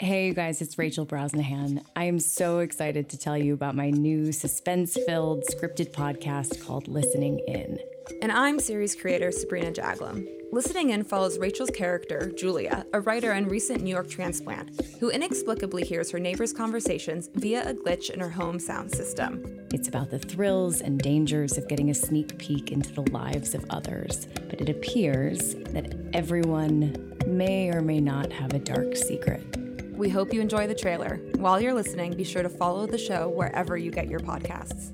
Hey, you guys, it's Rachel Brosnahan. I am so excited to tell you about my new suspense filled scripted podcast called Listening In. And I'm series creator Sabrina Jaglum. Listening In follows Rachel's character, Julia, a writer and recent New York transplant, who inexplicably hears her neighbors' conversations via a glitch in her home sound system. It's about the thrills and dangers of getting a sneak peek into the lives of others, but it appears that everyone may or may not have a dark secret. We hope you enjoy the trailer. While you're listening, be sure to follow the show wherever you get your podcasts.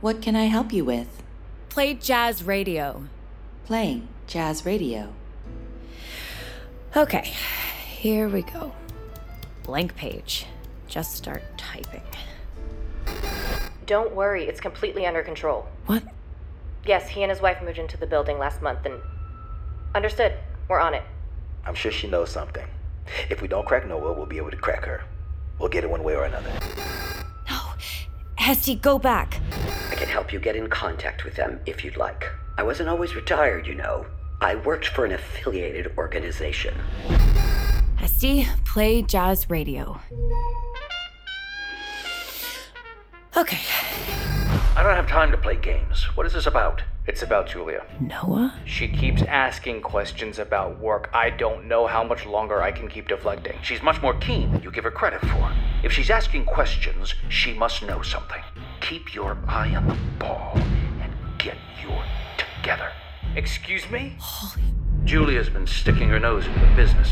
What can I help you with? Play jazz radio. Playing jazz radio. Okay, here we go. Blank page. Just start typing. Don't worry, it's completely under control. What? Yes, he and his wife moved into the building last month and. Understood. We're on it. I'm sure she knows something. If we don't crack Noah, we'll be able to crack her. We'll get it one way or another. No. Hesty, go back. I can help you get in contact with them if you'd like. I wasn't always retired, you know. I worked for an affiliated organization. Hesty, play jazz radio. Okay. I don't have time to play games. What is this about? It's about Julia. Noah? She keeps asking questions about work. I don't know how much longer I can keep deflecting. She's much more keen than you give her credit for. If she's asking questions, she must know something. Keep your eye on the ball and get your together. Excuse me? Holy. Julia's been sticking her nose into the business.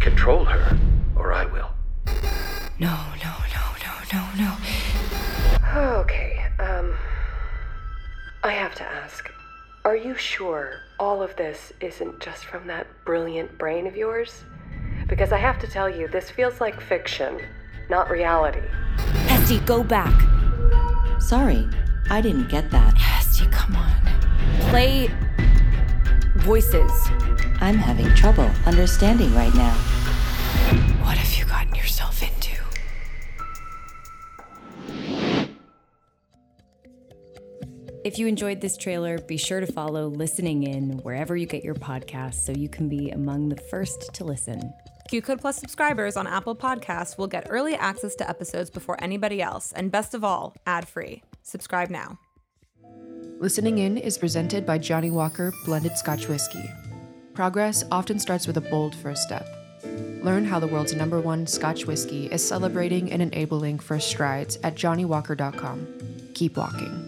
Control her, or I will. No, no, no, no, no, no. Oh, Okay, um. I have to ask. Are you sure all of this isn't just from that brilliant brain of yours? Because I have to tell you, this feels like fiction, not reality. Hesty, go back. Sorry, I didn't get that. Hesty, come on. Play. Voices. I'm having trouble understanding right now. What have you gotten yourself into? If you enjoyed this trailer, be sure to follow Listening In wherever you get your podcasts so you can be among the first to listen. Q Code Plus subscribers on Apple Podcasts will get early access to episodes before anybody else, and best of all, ad free. Subscribe now. Listening In is presented by Johnny Walker Blended Scotch Whiskey. Progress often starts with a bold first step. Learn how the world's number one Scotch whiskey is celebrating and enabling first strides at johnnywalker.com. Keep walking.